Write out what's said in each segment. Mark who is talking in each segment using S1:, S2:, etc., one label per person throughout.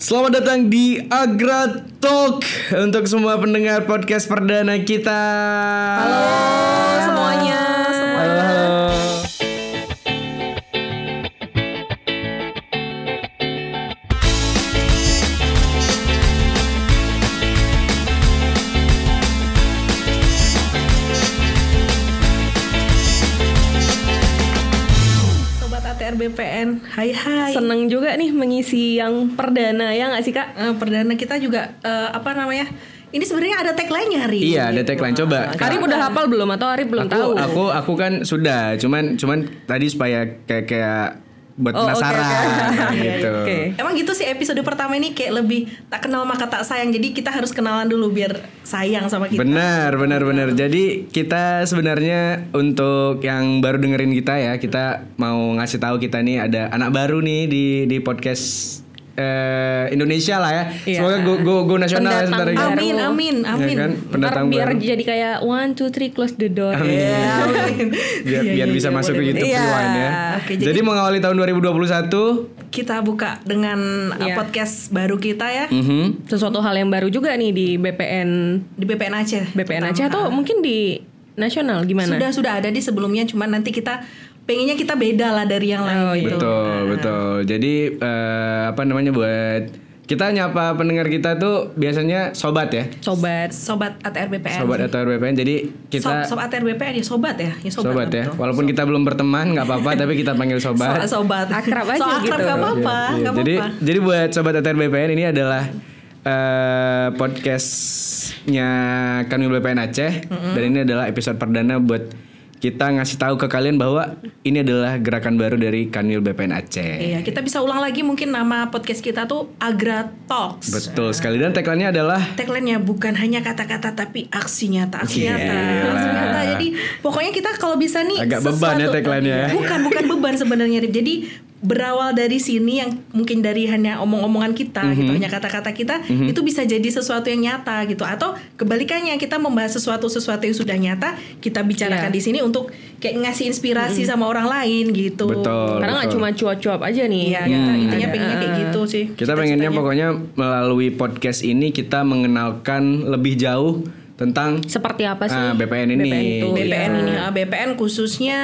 S1: Selamat datang di Agra Talk untuk semua pendengar podcast perdana kita. Halo
S2: semuanya.
S1: Halo.
S2: Sobat ATR BPN, hai hai.
S3: Seneng juga nih mengisi yang perdana ya nggak sih kak?
S2: Eh, perdana kita juga eh, apa namanya? Ini sebenarnya ada tagline-nya hari. ini.
S1: Iya, ada tagline coba. Kak.
S3: Arif udah hafal belum atau Arif
S1: aku,
S3: belum tahu?
S1: aku aku kan sudah, cuman cuman tadi supaya kayak kayak buat
S3: Oh, oke,
S1: penasaran
S3: oke.
S1: gitu.
S3: Oke.
S2: Emang gitu sih episode pertama ini kayak lebih tak kenal maka tak sayang. Jadi kita harus kenalan dulu biar sayang sama kita.
S1: Benar, benar, benar. Jadi kita sebenarnya untuk yang baru dengerin kita ya, kita mau ngasih tahu kita nih ada anak baru nih di di podcast eh, Indonesia lah ya.
S3: Iya.
S1: Semoga go go, go nasional ya
S3: Pendatang
S1: sebentar lagi.
S3: baru.
S2: Amin, amin,
S1: Ya
S2: amin.
S1: kan? Pendatang
S3: Ntar biar
S1: baru.
S3: jadi kayak one two three close the door. Iya.
S1: Amin. Iya, Biar, biar bisa masuk ke YouTube
S2: Iya.
S1: Rewind ya.
S2: Oke,
S1: jadi,
S2: jadi-
S1: mengawali tahun 2021,
S2: Kita buka dengan eh,
S3: Iya.
S2: podcast baru kita ya
S1: mhm,
S3: Sesuatu hal yang baru juga nih di BPN
S2: di BPN Aceh.
S3: BPN Aceh atau mungkin di nasional gimana?
S2: Sudah sudah ada di sebelumnya, cuman nanti kita pengennya kita beda lah dari yang lain. gitu.
S1: Betul, betul. Jadi eh, apa namanya buat kita nyapa pendengar kita tuh biasanya sobat ya.
S3: Sobat
S2: Sobat ATR BPN.
S1: Sobat atau RBPN. Jadi kita
S2: Sob, sob ATR BPN ya sobat ya, ya sobat.
S1: sobat ya. Walaupun kita belum berteman nggak apa-apa tapi kita panggil sobat.
S2: So- sobat.
S3: Akrab aja
S2: so, akrab
S3: gitu.
S2: gak
S1: Iya,
S2: apa-apa,
S1: iya.
S2: gak
S1: Jadi
S2: apa-apa.
S1: jadi buat sobat ATR BPN ini adalah eh, podcastnya kami BPN Aceh dan ini adalah episode perdana buat kita ngasih tahu ke kalian bahwa ini adalah gerakan baru dari Kanwil BPN Aceh.
S2: Iya, kita bisa ulang lagi mungkin nama podcast kita tuh Agra Talks.
S1: Betul sekali dan tagline-nya adalah
S2: Tagline-nya bukan hanya kata-kata tapi aksi nyata, aksi
S1: Gila.
S2: nyata. Aksi nyata. Jadi pokoknya kita kalau bisa nih
S1: Agak beban ya
S2: sesuatu-
S1: tagline-nya ya.
S2: Bukan, bukan beban sebenarnya, Rip. Jadi berawal dari sini yang mungkin dari hanya omong-omongan kita gitu,
S1: Mhm.
S2: hanya kata-kata kita itu bisa jadi sesuatu yang nyata gitu atau kebalikannya kita membahas sesuatu sesuatu yang sudah nyata, kita bicarakan
S3: Iya.
S2: di sini untuk kayak ngasih inspirasi sama orang lain gitu.
S1: Oh, Betul.
S3: karena nggak
S1: betul.
S3: cuma cuap-cuap aja nih.
S2: Iya, kita intinya pengennya kayak gitu sih.
S1: Kita pengennya pokoknya melalui podcast ini kita mengenalkan lebih jauh tentang
S3: Seperti apa sih?
S1: Ah, BPN ini.
S3: itu,
S2: BPN
S3: iya.
S2: ini ah, BPN khususnya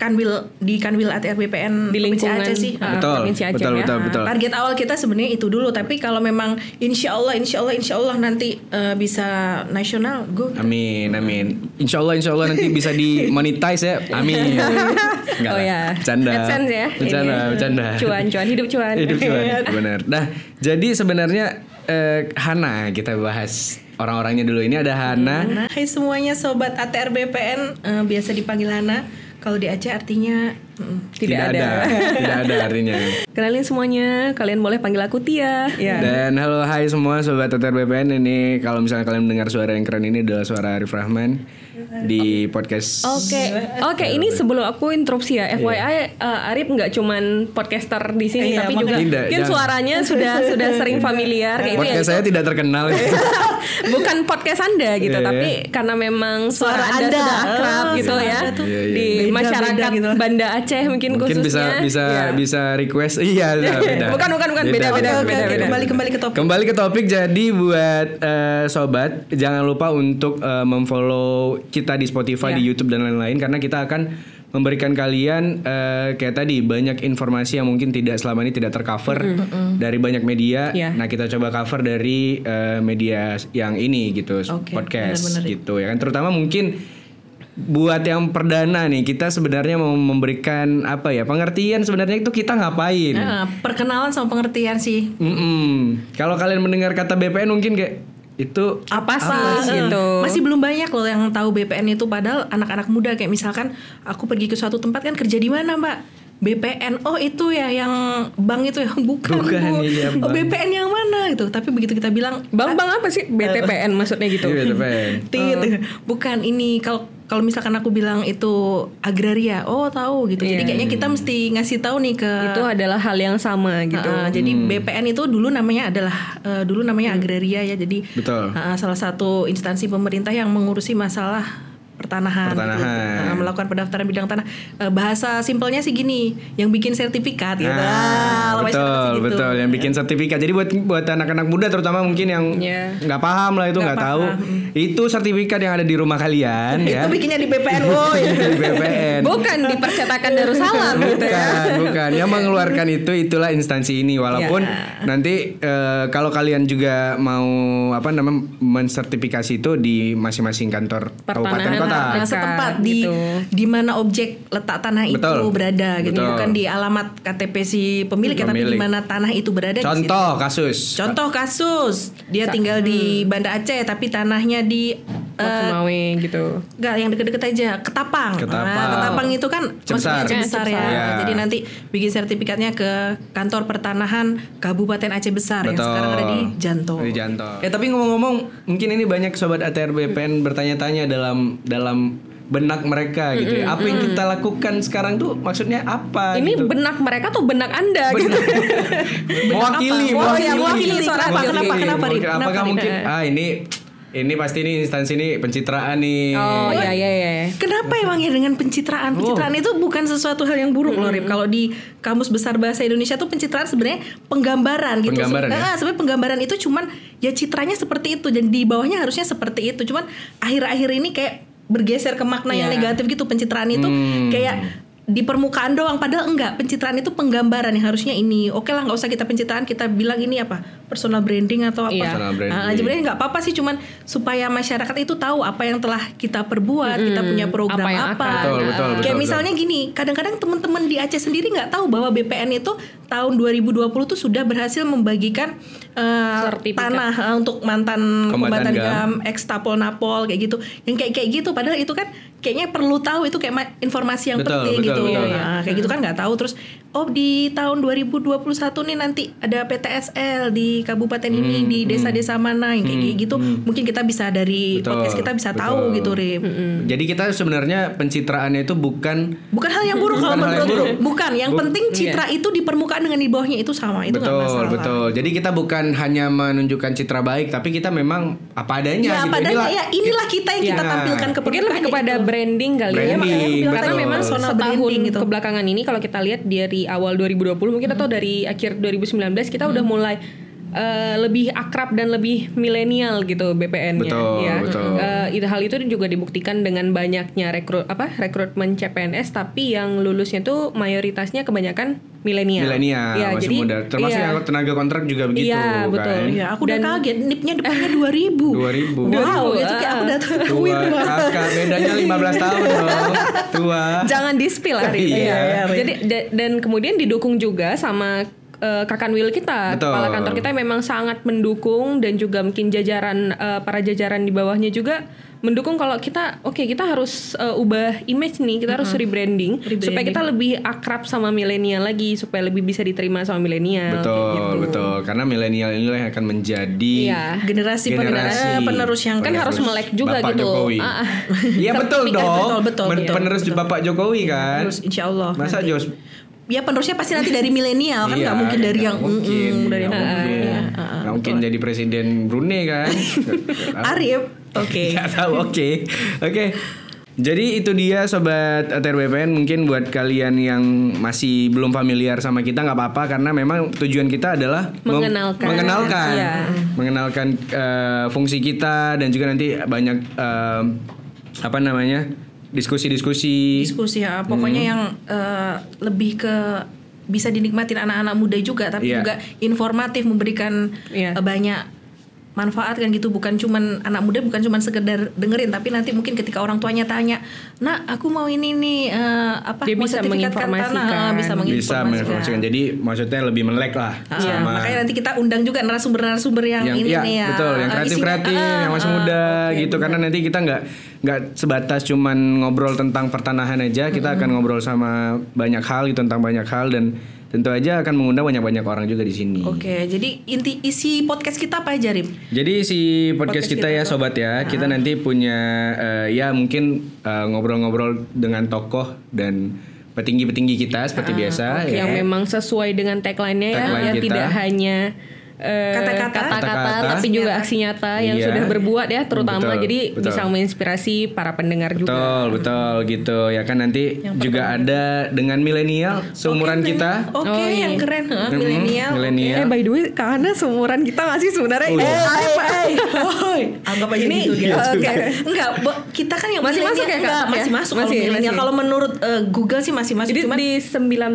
S2: Kanwil di Kanwil ATR BPN
S3: di
S2: Provinsi
S3: lingkungan
S2: Aceh sih.
S3: ah,
S1: Betul,
S3: provinsi Aceh
S1: betul,
S3: ya.
S1: betul,
S3: Ah.
S1: betul.
S2: Target awal kita sebenarnya itu dulu, tapi kalau memang Insya Allah, Insya Allah, Insya Allah nanti eh, bisa nasional, go.
S1: Amin, amin. Insya Allah, insya Allah nanti bisa dimonetize ya. Amin. Enggak
S3: Oh
S1: lah,
S3: ya.
S1: Bercanda.
S3: AdSense ya.
S1: Bercanda,
S3: Ini.
S1: bercanda.
S3: Cuan, cuan, hidup cuan. Iya.
S1: Hidup cuan, benar. Nah, jadi sebenarnya eh, Hana kita bahas orang-orangnya dulu. Ini ada Hana.
S3: Hmm,
S2: Nah, hai semuanya sobat ATR BPN, eh, biasa dipanggil Hana. Kalau di Aceh artinya mm,
S3: Tidak ada.
S1: Tidak ada artinya.
S3: Kenalin semuanya, kalian boleh panggil aku Tia.
S1: Dan halo hai semua sobat Teter BPN ini kalau misalnya kalian mendengar suara yang keren ini adalah suara Arif Rahman di podcast
S3: Oh, Oke, oke.
S1: Iya,
S3: ini sebelum aku interupsi ya, FYI uh, Arif nggak cuman podcaster di sini,
S2: Iya,
S3: tapi
S2: makanya.
S3: juga
S1: Tidak,
S3: mungkin
S1: jangan.
S3: sudah sudah sudah sering familiar kayak gitu ya.
S1: podcast saya tidak terkenal.
S3: Bukan podcast anda gitu,
S1: Iya.
S3: tapi karena memang suara,
S2: Suara
S3: anda,
S2: Anda.
S3: sudah akrab
S2: Oh,
S3: gitu
S2: suara
S3: ya
S2: Anda tuh
S1: Iya, iya.
S3: di
S2: Beda-beda
S3: masyarakat
S2: gitu.
S3: Banda Aceh mungkin,
S1: Mungkin bisa
S3: khususnya. Iya.
S1: bisa bisa request. Iya, iya, beda.
S3: Bukan, bukan, bukan. Beda,
S2: Oke,
S3: beda,
S2: oke,
S3: beda,
S2: oke.
S3: beda.
S2: Kembali kembali ke topik.
S1: Kembali ke topik jadi buat eh, sobat jangan lupa untuk eh, memfollow kita di Spotify,
S2: Iya.
S1: di YouTube dan lain-lain karena kita akan memberikan kalian eh, kayak tadi banyak informasi yang mungkin tidak selama ini tidak tercover dari banyak media.
S3: Iya.
S1: Nah, kita coba cover dari eh, media yang ini gitu, podcast gitu ya kan terutama mungkin buat yang perdana nih kita sebenarnya mau memberikan apa ya pengertian sebenarnya itu kita ngapain
S2: Nah,
S3: Ah,
S2: perkenalan sama pengertian sih.
S1: Mm-mm. Kalau kalian mendengar kata BPN mungkin kayak itu
S2: apa sih eh,
S3: gitu.
S2: Masih belum banyak loh yang tahu BPN itu padahal anak-anak muda kayak misalkan aku pergi ke suatu tempat kan kerja di mana, Mbak? BPN. Oh, itu ya yang bank itu ya bukan.
S1: Bukan,
S2: Bu.
S1: iya,
S2: Oh,
S1: bank.
S2: BPN yang mana gitu. Tapi begitu kita bilang
S3: Bang, bang apa sih BTPN maksudnya gitu?
S1: Iya, BPN.
S2: tit, bukan ini kalau kalau misalkan aku bilang itu agraria, oh tahu gitu. Jadi kayaknya kita mesti ngasih tahu nih ke
S3: Itu adalah hal yang sama gitu.
S2: Heeh, jadi
S1: Hmm.
S2: BPN itu dulu namanya adalah eh, dulu namanya agraria ya. Jadi
S1: Betul.
S2: heeh, salah satu instansi pemerintah yang mengurusi masalah pertanahan, gitu.
S1: Pertanahan.
S2: Nah, melakukan pendaftaran bidang tanah. Eh, bahasa simpelnya sih gini, yang bikin sertifikat gitu.
S1: Ah,
S2: Ah, lebih seperti
S1: betul
S2: gitu.
S1: betul yang bikin sertifikat. Jadi buat buat anak-anak muda terutama mungkin yang
S3: Iya.
S1: nggak paham lah itu
S3: Nggak
S1: nggak tahu itu sertifikat yang ada di rumah kalian ya.
S2: Itu bikinnya di BPN, wow. ya.
S1: Di BPN.
S3: Bukan di percetakan Darussalam gitu ya.
S1: Bukan, bukan. Yang mengeluarkan itu itulah instansi ini. Walaupun
S3: Ya.
S1: nanti eh, kalau kalian juga mau apa namanya mensertifikasi itu di masing-masing kantor kabupaten
S3: Pertanahan.
S1: kota.
S2: Nah, setempat di
S3: gitu.
S2: di mana objek letak tanah itu
S1: Betul.
S2: berada gitu,
S1: Betul.
S2: bukan di alamat KTP si pemilik, ya, tapi di
S1: Pemilik.
S2: mana tanah itu berada. di situ.
S1: Contoh kasus.
S2: Contoh kasus, dia tinggal di
S1: Hmm.
S2: Banda Aceh tapi tanahnya di eh,
S3: Semawe gitu.
S2: Enggak, yang deket-deket aja Ketapang.
S1: Ketapang.
S2: Nah, Ketapang itu kan
S1: Cebesar.
S2: maksudnya Aceh besar ya.
S1: Iya.
S2: Jadi nanti bikin sertifikatnya ke kantor pertanahan Kabupaten Aceh Besar yang sekarang ada di Janto.
S1: Di Janto. Eh tapi ngomong-ngong, mungkin ini banyak sobat ATR BPN bertanya-tanya dalam dalam benak mereka gitu. ya. Apa yang kita lakukan sekarang tuh maksudnya apa?
S3: Ini
S1: gitu.
S3: benak mereka tuh benak Anda gitu.
S1: mewakili,
S2: apa? Oh, iya,
S3: mewakili. Kenapa,
S1: Mewakili.
S2: kenapa, kenapa, Rin?
S1: Mewakili. Apakah
S2: Kenapa, Rin? Eh.
S1: mungkin ah ini ini pasti nih instansi ini pencitraan nih.
S3: Oh iya iya iya.
S2: Kenapa emang ya
S1: Oh.
S2: dengan pencitraan? Pencitraan itu bukan sesuatu hal yang buruk loh, Rip. Kalau di kamus besar bahasa Indonesia tuh pencitraan sebenarnya penggambaran gitu.
S1: Penggambaran, ya?
S2: Ah, sebenarnya penggambaran itu cuman ya citranya seperti itu dan di bawahnya harusnya seperti itu. Cuman akhir-akhir ini kayak bergeser ke makna yang
S3: Iya.
S2: negatif gitu. Pencitraan itu
S1: Hmm.
S2: kayak di permukaan doang padahal enggak pencitraan itu penggambaran yang harusnya ini oke lah nggak usah kita pencitraan kita bilang ini apa personal branding atau apa
S3: Iya.
S1: Personal
S2: Ah,
S1: branding.
S2: jadi nggak apa-apa sih cuman supaya masyarakat itu tahu apa yang telah kita perbuat kita punya program
S3: Apa yang
S2: apa, gitu.
S3: akan.
S1: Betul, betul,
S2: kayak
S1: betul,
S2: misalnya gini kadang-kadang teman-teman di Aceh sendiri nggak tahu bahwa BPN itu tahun 2020 tuh sudah berhasil membagikan eh,
S3: Sertifikat.
S2: tanah eh, untuk mantan
S1: Kombatan
S2: kombatan
S1: GAM.
S2: gam ex tapol napol kayak gitu yang kayak kayak gitu padahal itu kan kayaknya perlu tahu itu kayak ma- informasi yang
S1: Betul,
S2: penting
S1: betul,
S2: gitu
S1: betul.
S2: Nah, kayak gitu kan nggak tahu terus oh di tahun 2021 nih nanti ada PTSL di kabupaten ini
S1: Hmm,
S2: di desa-desa mana yang kayak gitu mungkin kita bisa dari
S1: Betul,
S2: podcast kita bisa
S1: betul.
S2: tahu gitu Rip
S3: Hmm,
S1: Jadi kita sebenarnya pencitraannya itu bukan
S2: bukan hal yang buruk
S1: Bukan
S2: kalau
S1: hal yang
S2: menurut
S1: buruk. iya.
S2: bukan yang penting citra itu di permukaan dengan di bawahnya itu sama Nah, itu nggak
S1: betul,
S2: masalah
S1: betul. Jadi kita bukan hanya menunjukkan citra baik, tapi kita memang apa adanya
S2: ya
S1: gitu.
S2: padahal ya inilah kita yang kita
S1: Iya.
S2: tampilkan ke
S3: Mungkin lebih kepada branding kali
S1: gitu.
S3: ya.
S1: Branding,
S3: makanya aku bilang Karena
S1: betul.
S3: memang
S2: Personal
S3: setahun
S2: branding gitu.
S3: kebelakangan ini kalau kita lihat dari awal 2020 mungkin
S1: Hmm.
S3: atau dari akhir 2019 kita udah mulai eh, lebih akrab dan lebih milenial gitu BPN-nya
S1: Betul,
S3: ya.
S1: betul.
S3: Eh, itu- hal itu juga dibuktikan dengan banyaknya rekrut apa rekrutmen CPNS tapi yang lulusnya tuh mayoritasnya kebanyakan
S2: Iya.
S3: milenial.
S1: milenial
S3: Ya,
S1: masih muda. Termasuk
S3: iya.
S1: yang tenaga kontrak juga begitu
S3: Iya, betul.
S1: kan.
S2: ya aku udah kaget nipnya depannya 2000
S1: 2000.
S2: wow itu kayak aku udah
S1: Tua,
S2: tuh
S1: kakak bedanya 15 tahun dong. Tua.
S3: Jangan di spill hari
S1: Iya,
S3: ini.
S1: iya,
S2: iya.
S3: Jadi da- dan kemudian didukung juga sama eh, Kakan Wil kita,
S1: Betul.
S3: kepala kantor kita memang sangat mendukung dan juga mungkin jajaran eh, para jajaran di bawahnya juga mendukung kalau kita oke kita harus eh, ubah image nih, kita harus rebranding, supaya kita lebih akrab sama milenial lagi, supaya lebih bisa diterima sama milenial.
S1: Betul,
S2: gitu.
S1: betul. Karena milenial inilah yang akan menjadi
S3: Iya.
S2: generasi, penerus- eh, penerus yang
S3: Kan harus melek juga
S1: Bapak
S3: gitu.
S1: Jokowi.
S3: Ah, ah.
S1: Iya betul
S2: Sertifikat,
S1: dong.
S2: betul, betul,
S1: Men-
S2: betul,
S1: penerus
S2: betul.
S1: Bapak Jokowi kan.
S2: terus insya Allah
S1: Masa
S2: nanti.
S1: Jos Iya,
S2: ya penerusnya pasti nanti dari milenial kan nggak mungkin dari
S1: nggak
S2: yang
S1: mungkin,
S2: mm-mm, dari yang
S1: nggak mungkin.
S2: mm-mm, ya.
S1: Nggak mungkin jadi presiden Brunei kan.
S2: Arif oke
S1: Nggak tahu, oke. Oke. Jadi itu dia sobat ATR BPN mungkin buat kalian yang masih belum familiar sama kita nggak apa-apa karena memang tujuan kita adalah mem-
S3: Mengenalkan.
S1: mengenalkan,
S3: Iya.
S1: mengenalkan eh, fungsi kita dan juga nanti banyak eh, apa namanya diskusi-diskusi
S2: diskusi ya pokoknya
S1: Hmm.
S2: yang eh, lebih ke bisa dinikmatin anak-anak muda juga tapi
S1: Iya.
S2: juga informatif memberikan
S3: Iya.
S2: eh, banyak manfaat kan gitu bukan cuman anak muda bukan cuman sekedar dengerin tapi nanti mungkin ketika orang tuanya tanya nah aku mau ini nih eh, apa
S3: Dia
S2: mau
S3: bisa
S2: sertifikatkan
S3: menginformasikan.
S2: tanah bisa
S1: bisa menginformasikan.
S2: menginformasikan
S1: Jadi maksudnya lebih melek lah
S2: Ah,
S1: sama
S2: makanya nanti kita undang juga narasumber-narasumber yang,
S1: yang
S2: ini
S1: iya,
S2: nih ya
S1: betul yang
S2: eh,
S1: kreatif
S2: isinya,
S1: kreatif
S2: ah,
S1: yang masih
S2: ah,
S1: muda
S2: oke,
S1: gitu karena nanti kita nggak nggak sebatas cuman ngobrol tentang pertanahan aja kita akan ngobrol sama banyak hal gitu tentang banyak hal dan tentu aja akan mengundang banyak banyak orang juga di sini
S2: Oke, jadi inti isi podcast kita apa aja,
S3: Eh,
S2: Rim?
S1: Jadi si podcast,
S2: Podcast
S1: kita,
S2: kita Ah.
S1: ya sobat ya, kita nanti punya eh, ya mungkin eh, ngobrol-ngobrol dengan tokoh dan
S2: Ah,
S1: petinggi-petinggi kita seperti biasa ya.
S3: yang memang sesuai dengan tagline-nya ya,
S1: Tagline
S3: ya
S1: kita.
S3: tidak hanya eh,
S2: Kata-kata.
S3: kata-kata
S1: Kata-kata.
S3: tapi juga aksi nyata yang
S1: Iya.
S3: sudah berbuat ya terutama
S1: Betul,
S3: jadi
S1: betul.
S3: bisa menginspirasi para pendengar juga.
S1: Betul, betul gitu. Ya kan nanti juga ada dengan milenial seumuran
S2: Oke,
S1: kita.
S2: Oke,
S3: Oh, iya.
S2: yang keren, Hah,
S1: Mm-mm,
S2: milenial.
S1: Mm-hmm. milenial.
S3: Eh by the way, karena seumuran kita nggak sih sebenarnya?
S1: Oh, iya.
S3: Eh,
S2: Hai, hai,
S3: Oh,
S2: woi, anggap aja
S3: Ini-
S2: gitu dia.
S3: Iya
S2: Oke,
S3: juga.
S2: enggak, Bo- kita kan yang
S3: Masih
S2: milenial-
S3: masuk ya, Kak?
S2: enggak, masih
S3: Ya?
S2: masuk
S3: Masih,
S2: kalau milenial.
S3: masih.
S2: Kalau menurut eh, Google sih masih masuk,
S3: Jadi
S2: cuman
S3: di
S2: ya,
S3: 1986 ya,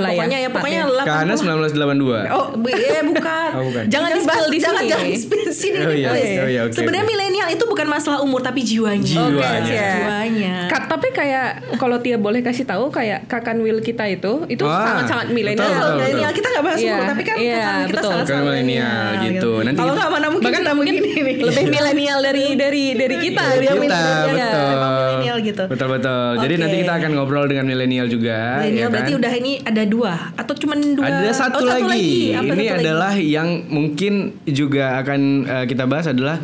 S3: mulai
S2: pokoknya ya,
S3: tepatnya.
S2: pokoknya
S1: Karena
S2: 19
S1: 1982.
S2: Oh, bu- eh bukan.
S1: Oh, bukan.
S2: Jangan
S3: Jangan
S2: dibahas
S3: spill di
S2: di jangan,
S3: sini.
S2: jangan spill di sini.
S1: Oh, iya,
S2: please.
S1: oh, iya, oke,
S2: Sebenarnya
S1: oke.
S2: milenial itu bukan masalah umur tapi jiwanya.
S1: Jiwanya. Oke,
S3: siap.
S2: Jiwanya.
S3: Ka- tapi kayak kalau Tia boleh kasih tahu kayak Kakan Will kita itu itu
S1: Wah,
S3: sangat-sangat
S2: Kalau
S1: betul,
S3: milenial.
S1: betul.
S2: milenial kita nggak bahas umur,
S3: Iya,
S2: tapi kan
S3: iya,
S2: kata kita
S3: betul. Iya,
S2: salah
S1: Bukan milenial gitu. Nanti
S2: Kalau
S1: kita-
S2: nggak mana mungkin
S3: Bahkan
S2: kita
S3: mungkin
S2: begini nih.
S3: Lebih milenial dari dari dari kita.
S2: Iya,
S3: dari
S2: iya,
S1: kita
S2: milenial,
S1: betul.
S2: emang milenial gitu.
S1: Betul betul. Jadi
S2: Oke.
S1: nanti kita akan ngobrol dengan milenial juga.
S2: Milenial
S1: ya kan?
S2: berarti udah ini ada dua atau cuman dua?
S1: Ada satu,
S2: Oh,
S1: lagi. Ini
S2: Apa satu lagi?
S1: adalah yang mungkin juga akan eh, kita bahas adalah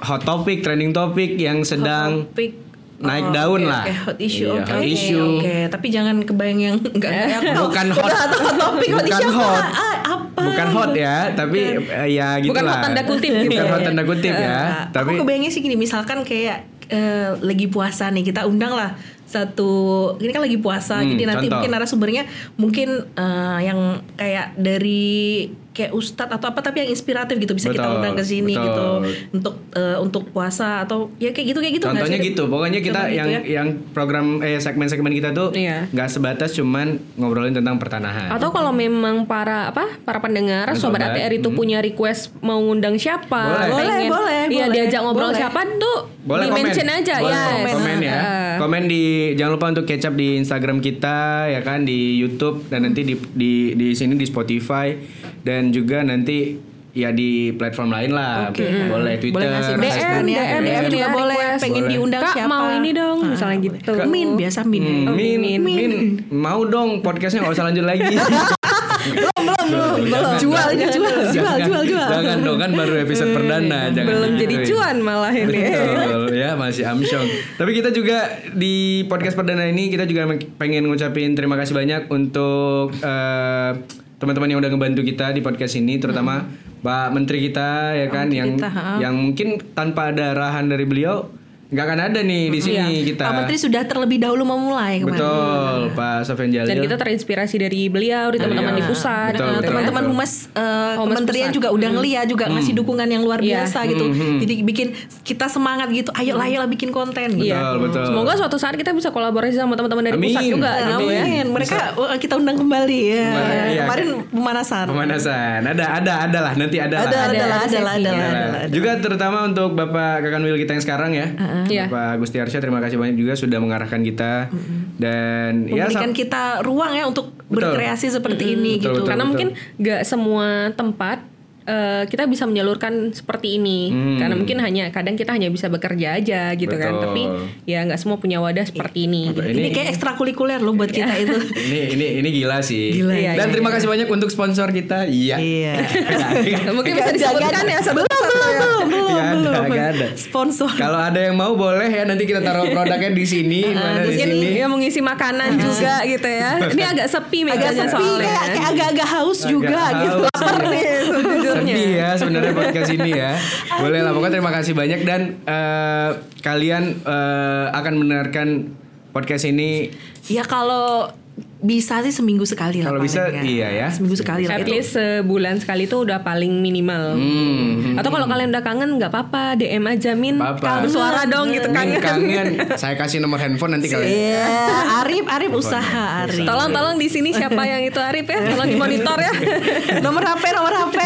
S1: hot topic, trending topic yang sedang
S2: Topik.
S1: naik
S2: Oh,
S1: daun
S2: oke,
S1: lah.
S2: oke, hot issue,
S1: Iya,
S2: oke.
S1: hot
S2: Oke,
S1: issue.
S2: Oke, tapi jangan kebayang yang enggak
S1: Bukan hot.
S2: atau hot topic hot
S1: Bukan
S2: issue apa?
S1: hot.
S2: Ah, apa?
S1: Bukan hot ya, tapi eh, ya gitu
S3: Bukan hot tanda kutip gitu
S1: Bukan
S3: ya.
S1: hot tanda kutip ya.
S2: Nah,
S1: tapi
S2: Iya, aku kebayangnya sih gini, misalkan kayak eh, lagi puasa nih, kita undang lah satu ini kan lagi puasa
S1: Hmm,
S2: jadi nanti
S1: contoh.
S2: mungkin narasumbernya mungkin eh, yang kayak dari kayak ustadz atau apa tapi yang inspiratif gitu bisa kita
S1: Betul,
S2: undang ke sini
S1: betul.
S2: gitu untuk eh, untuk puasa atau ya kayak gitu kayak gitu nggak
S1: Contohnya
S2: sih?
S1: gitu, pokoknya kita
S2: Contohnya gitu
S1: yang
S2: ya.
S1: yang program eh segmen-segmen kita tuh
S3: Iya.
S1: nggak sebatas cuman ngobrolin tentang pertanahan.
S3: Atau kalau memang para apa para pendengar sobat
S1: Sobat,
S3: ATR itu punya request mau ngundang siapa,
S1: Hmm. Boleh.
S2: Boleh,
S3: pengen-
S2: boleh,
S3: iya
S2: boleh.
S3: diajak ngobrol
S2: Boleh.
S3: siapa tuh
S1: boleh
S3: di
S1: komen.
S3: mention aja
S1: Boleh
S3: ya.
S1: komen, komen ya.
S3: Heeh.
S1: Komen di jangan lupa untuk catch up di Instagram kita ya kan di YouTube dan nanti di di di sini di Spotify dan juga nanti ya di platform lain lah.
S2: Oke.
S1: Boleh Twitter, kan.
S2: boleh ngasih
S1: Facebook,
S3: DM,
S2: masukannya,
S3: DM,
S2: DM
S3: ya,
S2: juga boleh
S3: request.
S2: pengen
S1: Boleh.
S2: diundang
S3: Kak,
S2: siapa
S3: mau ini dong,
S2: Ah,
S3: misalnya
S2: boleh.
S3: gitu.
S2: min biasa min ya.
S1: Hmm, min, min, mau dong podcastnya nggak usah lanjut lagi.
S2: belum belum belum jual ini jual jual jual jual
S1: Jangan dong kan baru episode perdana. Jangan gitu ya.
S3: Belum jadi
S1: digituin.
S3: cuan malah
S1: Iya.
S3: ini.
S1: Betul ya masih amsyong. Tapi kita juga di podcast perdana ini kita juga pengen ngucapin terima kasih banyak untuk eh, teman-teman yang udah ngebantu kita di podcast ini terutama Pak Menteri kita ya kan yang
S2: kita, ha.
S1: yang mungkin tanpa ada arahan dari beliau nggak akan ada nih di sini kita.
S2: Pak Menteri sudah terlebih dahulu memulai kemarin
S1: Betul Pak Sofian Jalil.
S3: Dan kita terinspirasi dari beliau, di teman-teman di
S1: Iya. Betul,
S3: pusat. gitu
S1: betul,
S3: ya.
S2: teman-teman
S1: betul. Hmm.
S2: humas eh,
S3: Humas
S2: kementerian
S3: pusat.
S2: juga udah ngeliat juga ngasih dukungan yang luar
S3: Iya.
S2: biasa gitu jadi bikin kita semangat gitu
S1: Hmm.
S2: ayo lah ayolah bikin konten
S3: Iya.
S2: gitu
S1: Betul, betul.
S3: Semoga suatu saat kita bisa kolaborasi sama teman-teman dari pusat
S1: Amin.
S3: juga
S1: Amin.
S3: gitu ya.
S2: Amin. Nah, Mereka eh, kita undang kembali ya.
S1: Kembali, iya.
S2: Kemarin pemanasan.
S1: Pemanasan. Ada ada ada lah nanti ada,
S2: Ada,
S1: lah.
S2: ada, lah, ada, lah, ada,
S3: sesinya.
S2: lah,
S1: Nah,
S2: ada, lah.
S1: juga terutama untuk Bapak Kakan Wil kita yang sekarang ya.
S3: Iya.
S1: Bapak Gusti Arsya terima kasih banyak juga sudah mengarahkan kita dan ya sam-
S2: Memberikan kita ruang ya untuk
S1: Betul. Hmm,
S2: berkreasi seperti
S1: Betul,
S2: ini gitu.
S1: betul.
S3: Karena mungkin gak semua tempat eh, kita bisa menyalurkan seperti ini.
S1: Hmm.
S3: Karena mungkin hanya kadang kita hanya bisa bekerja aja gitu
S1: Betul.
S3: kan.
S1: Iya.
S3: Tapi ya nggak semua punya wadah seperti ini. Gitu.
S1: Betul.
S2: Ini,
S1: Ini- Iya.
S2: kayak ekstrakurikuler loh buat kita itu.
S1: ini ini ini gila sih.
S2: Gila,
S3: iya,
S1: dan
S3: iya,
S1: terima kasih banyak untuk sponsor kita. Iya.
S3: Mungkin bisa disebutkan ya satu
S2: Nah, belum,
S1: Nggak
S2: belum,
S1: Iya, ada,
S2: belum.
S1: nggak ada.
S2: Sponsor.
S1: Kalau ada yang mau boleh ya nanti kita taruh produknya di sini, mana di
S3: Mungkin
S1: sini.
S3: ya mengisi makanan juga gitu ya. Ini agak sepi
S2: Hmm. Agak
S3: mejanya
S2: sepi
S3: soalnya. kan.
S2: kayak kayak agak-agak haus juga
S1: haus. Iya.
S2: gitu.
S3: Lapar nih sejujurnya.
S1: Sedih ya sebenarnya podcast ini ya. Boleh lah pokoknya terima kasih banyak dan eh, kalian eh, akan mendengarkan podcast ini
S2: Ya kalau bisa sih seminggu sekali lah.
S1: Kalau
S2: paling
S1: bisa,
S2: ya.
S1: iya ya.
S2: Seminggu sekali lah.
S3: At
S2: itu.
S3: least sebulan sekali itu udah paling minimal.
S1: Hmm,
S3: Atau kalau kalian udah kangen nggak apa-apa, DM aja min.
S1: Nggak apa-apa.
S3: Kalau suara dong gitu
S1: Min
S3: kangen.
S1: kangen. Saya kasih nomor handphone nanti kalian.
S2: Iya, Arif, Arif usaha Arif.
S3: Tolong tolong di sini siapa yang itu Arif ya? Tolong dimonitor ya.
S2: nomor HP, nomor HP.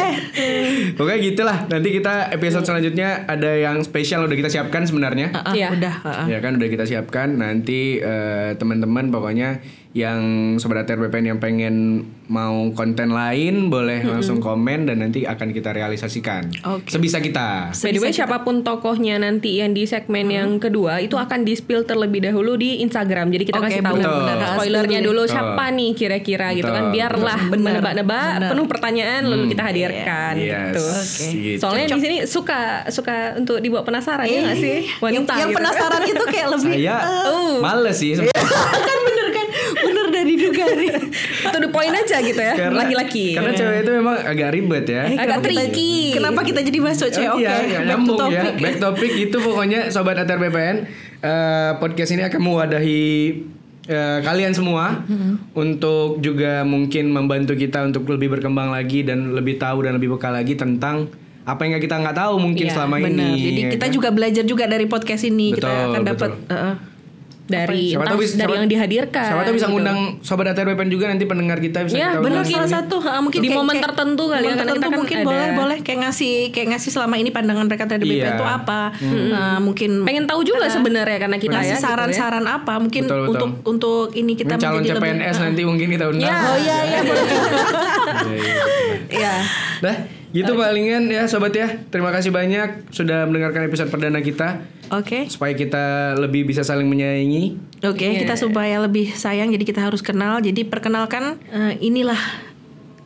S1: Oke gitulah. Nanti kita episode selanjutnya ada yang spesial udah kita siapkan sebenarnya.
S2: Ah,
S3: Iya.
S2: Udah. ah.
S1: Ya kan udah kita siapkan nanti eh, teman-teman pokoknya yang sobat ATR BPN yang pengen mau konten lain boleh langsung komen dan nanti akan kita realisasikan
S2: Oke.
S1: sebisa kita.
S3: By the way, siapapun tokohnya nanti yang di
S2: Hmm.
S3: segmen yang kedua itu akan di spill terlebih dahulu di Instagram. Jadi kita
S2: Oke,
S3: kasih tahu
S1: benar-benar.
S3: spoilernya dulu
S1: Betul.
S3: siapa nih kira-kira gitu kan.
S1: Betul, Hmm.
S3: Biarlah
S2: betul. Benar,
S3: menebak-nebak penuh pertanyaan lalu kita
S2: Kan,
S3: hadirkan
S1: Yes.
S3: gitu.
S1: gitu.
S3: Soalnya di sini suka suka untuk dibawa penasaran ya nggak sih?
S2: Eh, yang,
S3: Wanita
S2: yang
S3: gitu.
S2: penasaran itu kayak lebih
S1: Saya males sih sebenarnya.
S2: kan bener kan bener dari
S3: juga nih. To the point aja gitu ya,
S1: Karena-
S3: laki-laki.
S1: Karena cewek itu memang agak ribet ya.
S3: Eh,
S2: Kenapa
S3: Agak
S2: kita-
S3: tricky.
S2: Kenapa kita jadi bahas cewek?
S1: Oh
S2: Oke,
S1: iya, nggak
S2: back to
S1: nyambung ya.
S2: topic.
S1: Back topic itu pokoknya sobat ATR BPN eh, podcast ini akan mewadahi eh, kalian semua
S2: Mm-hmm.
S1: untuk juga mungkin membantu kita untuk lebih berkembang lagi dan lebih tahu dan lebih bekal lagi tentang apa yang kita nggak tahu mungkin
S3: Iya,
S1: selama
S2: Benar.
S1: ini.
S2: Jadi
S1: ya
S2: kita
S1: kan?
S2: juga belajar juga dari podcast ini. kita
S1: Betul,
S2: akan dapat
S1: betul.
S2: Heeh.
S3: dari
S1: Siapa
S3: entah
S1: tahu bisa-
S3: dari
S1: siapa-
S3: yang dihadirkan.
S1: Siapa tahu bisa
S3: gitu.
S1: ngundang sobat ATR BPN juga nanti pendengar kita bisa
S3: Ya,
S1: kita
S2: Iya, benar
S1: undang
S2: salah
S1: sini.
S2: satu ha, mungkin
S3: Di
S2: kayak-
S3: momen
S2: kayak-
S3: tertentu kali ya,
S2: momen
S3: karena kita
S2: tertentu
S3: kan
S2: mungkin
S3: ada-
S2: boleh boleh kayak ngasih kayak ngasih selama ini pandangan mereka terhadap
S1: Iya.
S2: BPN itu apa Nah, mungkin
S3: Pengen tahu juga sebenarnya karena kita ya.
S2: ngasih
S3: gitu ya.
S2: saran-saran apa mungkin
S1: Betul, betul.
S2: untuk untuk ini kita
S1: Mungkin calon
S2: menjadi lebih-
S1: CPNS nanti mungkin kita undang.
S3: Ya. Oh, iya,
S1: iya.
S3: Iya.
S1: Dah, gitu palingan ya sobat ya. Terima kasih banyak sudah mendengarkan episode perdana kita
S2: Oke.
S1: supaya kita lebih bisa saling menyayangi.
S2: Oke,
S1: Iya.
S2: kita supaya lebih sayang jadi kita harus kenal. Jadi perkenalkan eh, inilah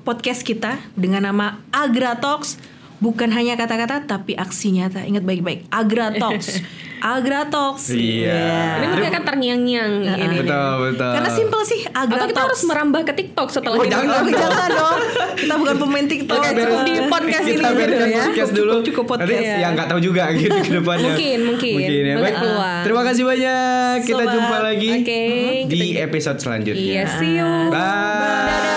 S2: podcast kita dengan nama Agra Talks. Bukan hanya kata-kata tapi aksi nyata. Ingat baik-baik. Agra Talks. Agra Talks.
S1: Iya.
S3: Ini mungkin akan kan terngiang-ngiang ini.
S1: Betul, betul.
S2: Karena simpel sih Agra
S3: Atau kita harus
S2: Talks.
S3: merambah ke TikTok setelah
S1: Oh,
S3: ini.
S1: jangan.
S2: Oh, jangan dong. Kita bukan pemain TikTok.
S3: Oke, cukup di podcast
S1: kita
S3: ini
S1: bereskan
S3: dulu ya.
S1: podcast dulu.
S2: Cukup- cukup podcast.
S1: Nanti yang nggak tahu juga gitu ke depannya.
S3: Mungkin, mungkin.
S1: ya.
S3: Boleh
S1: Baik.
S3: keluar.
S1: Terima kasih banyak. Kita
S2: Sobat.
S1: jumpa lagi
S3: Oke.
S1: di episode selanjutnya.
S3: Iya, see you.
S1: Bye.
S3: Dadah.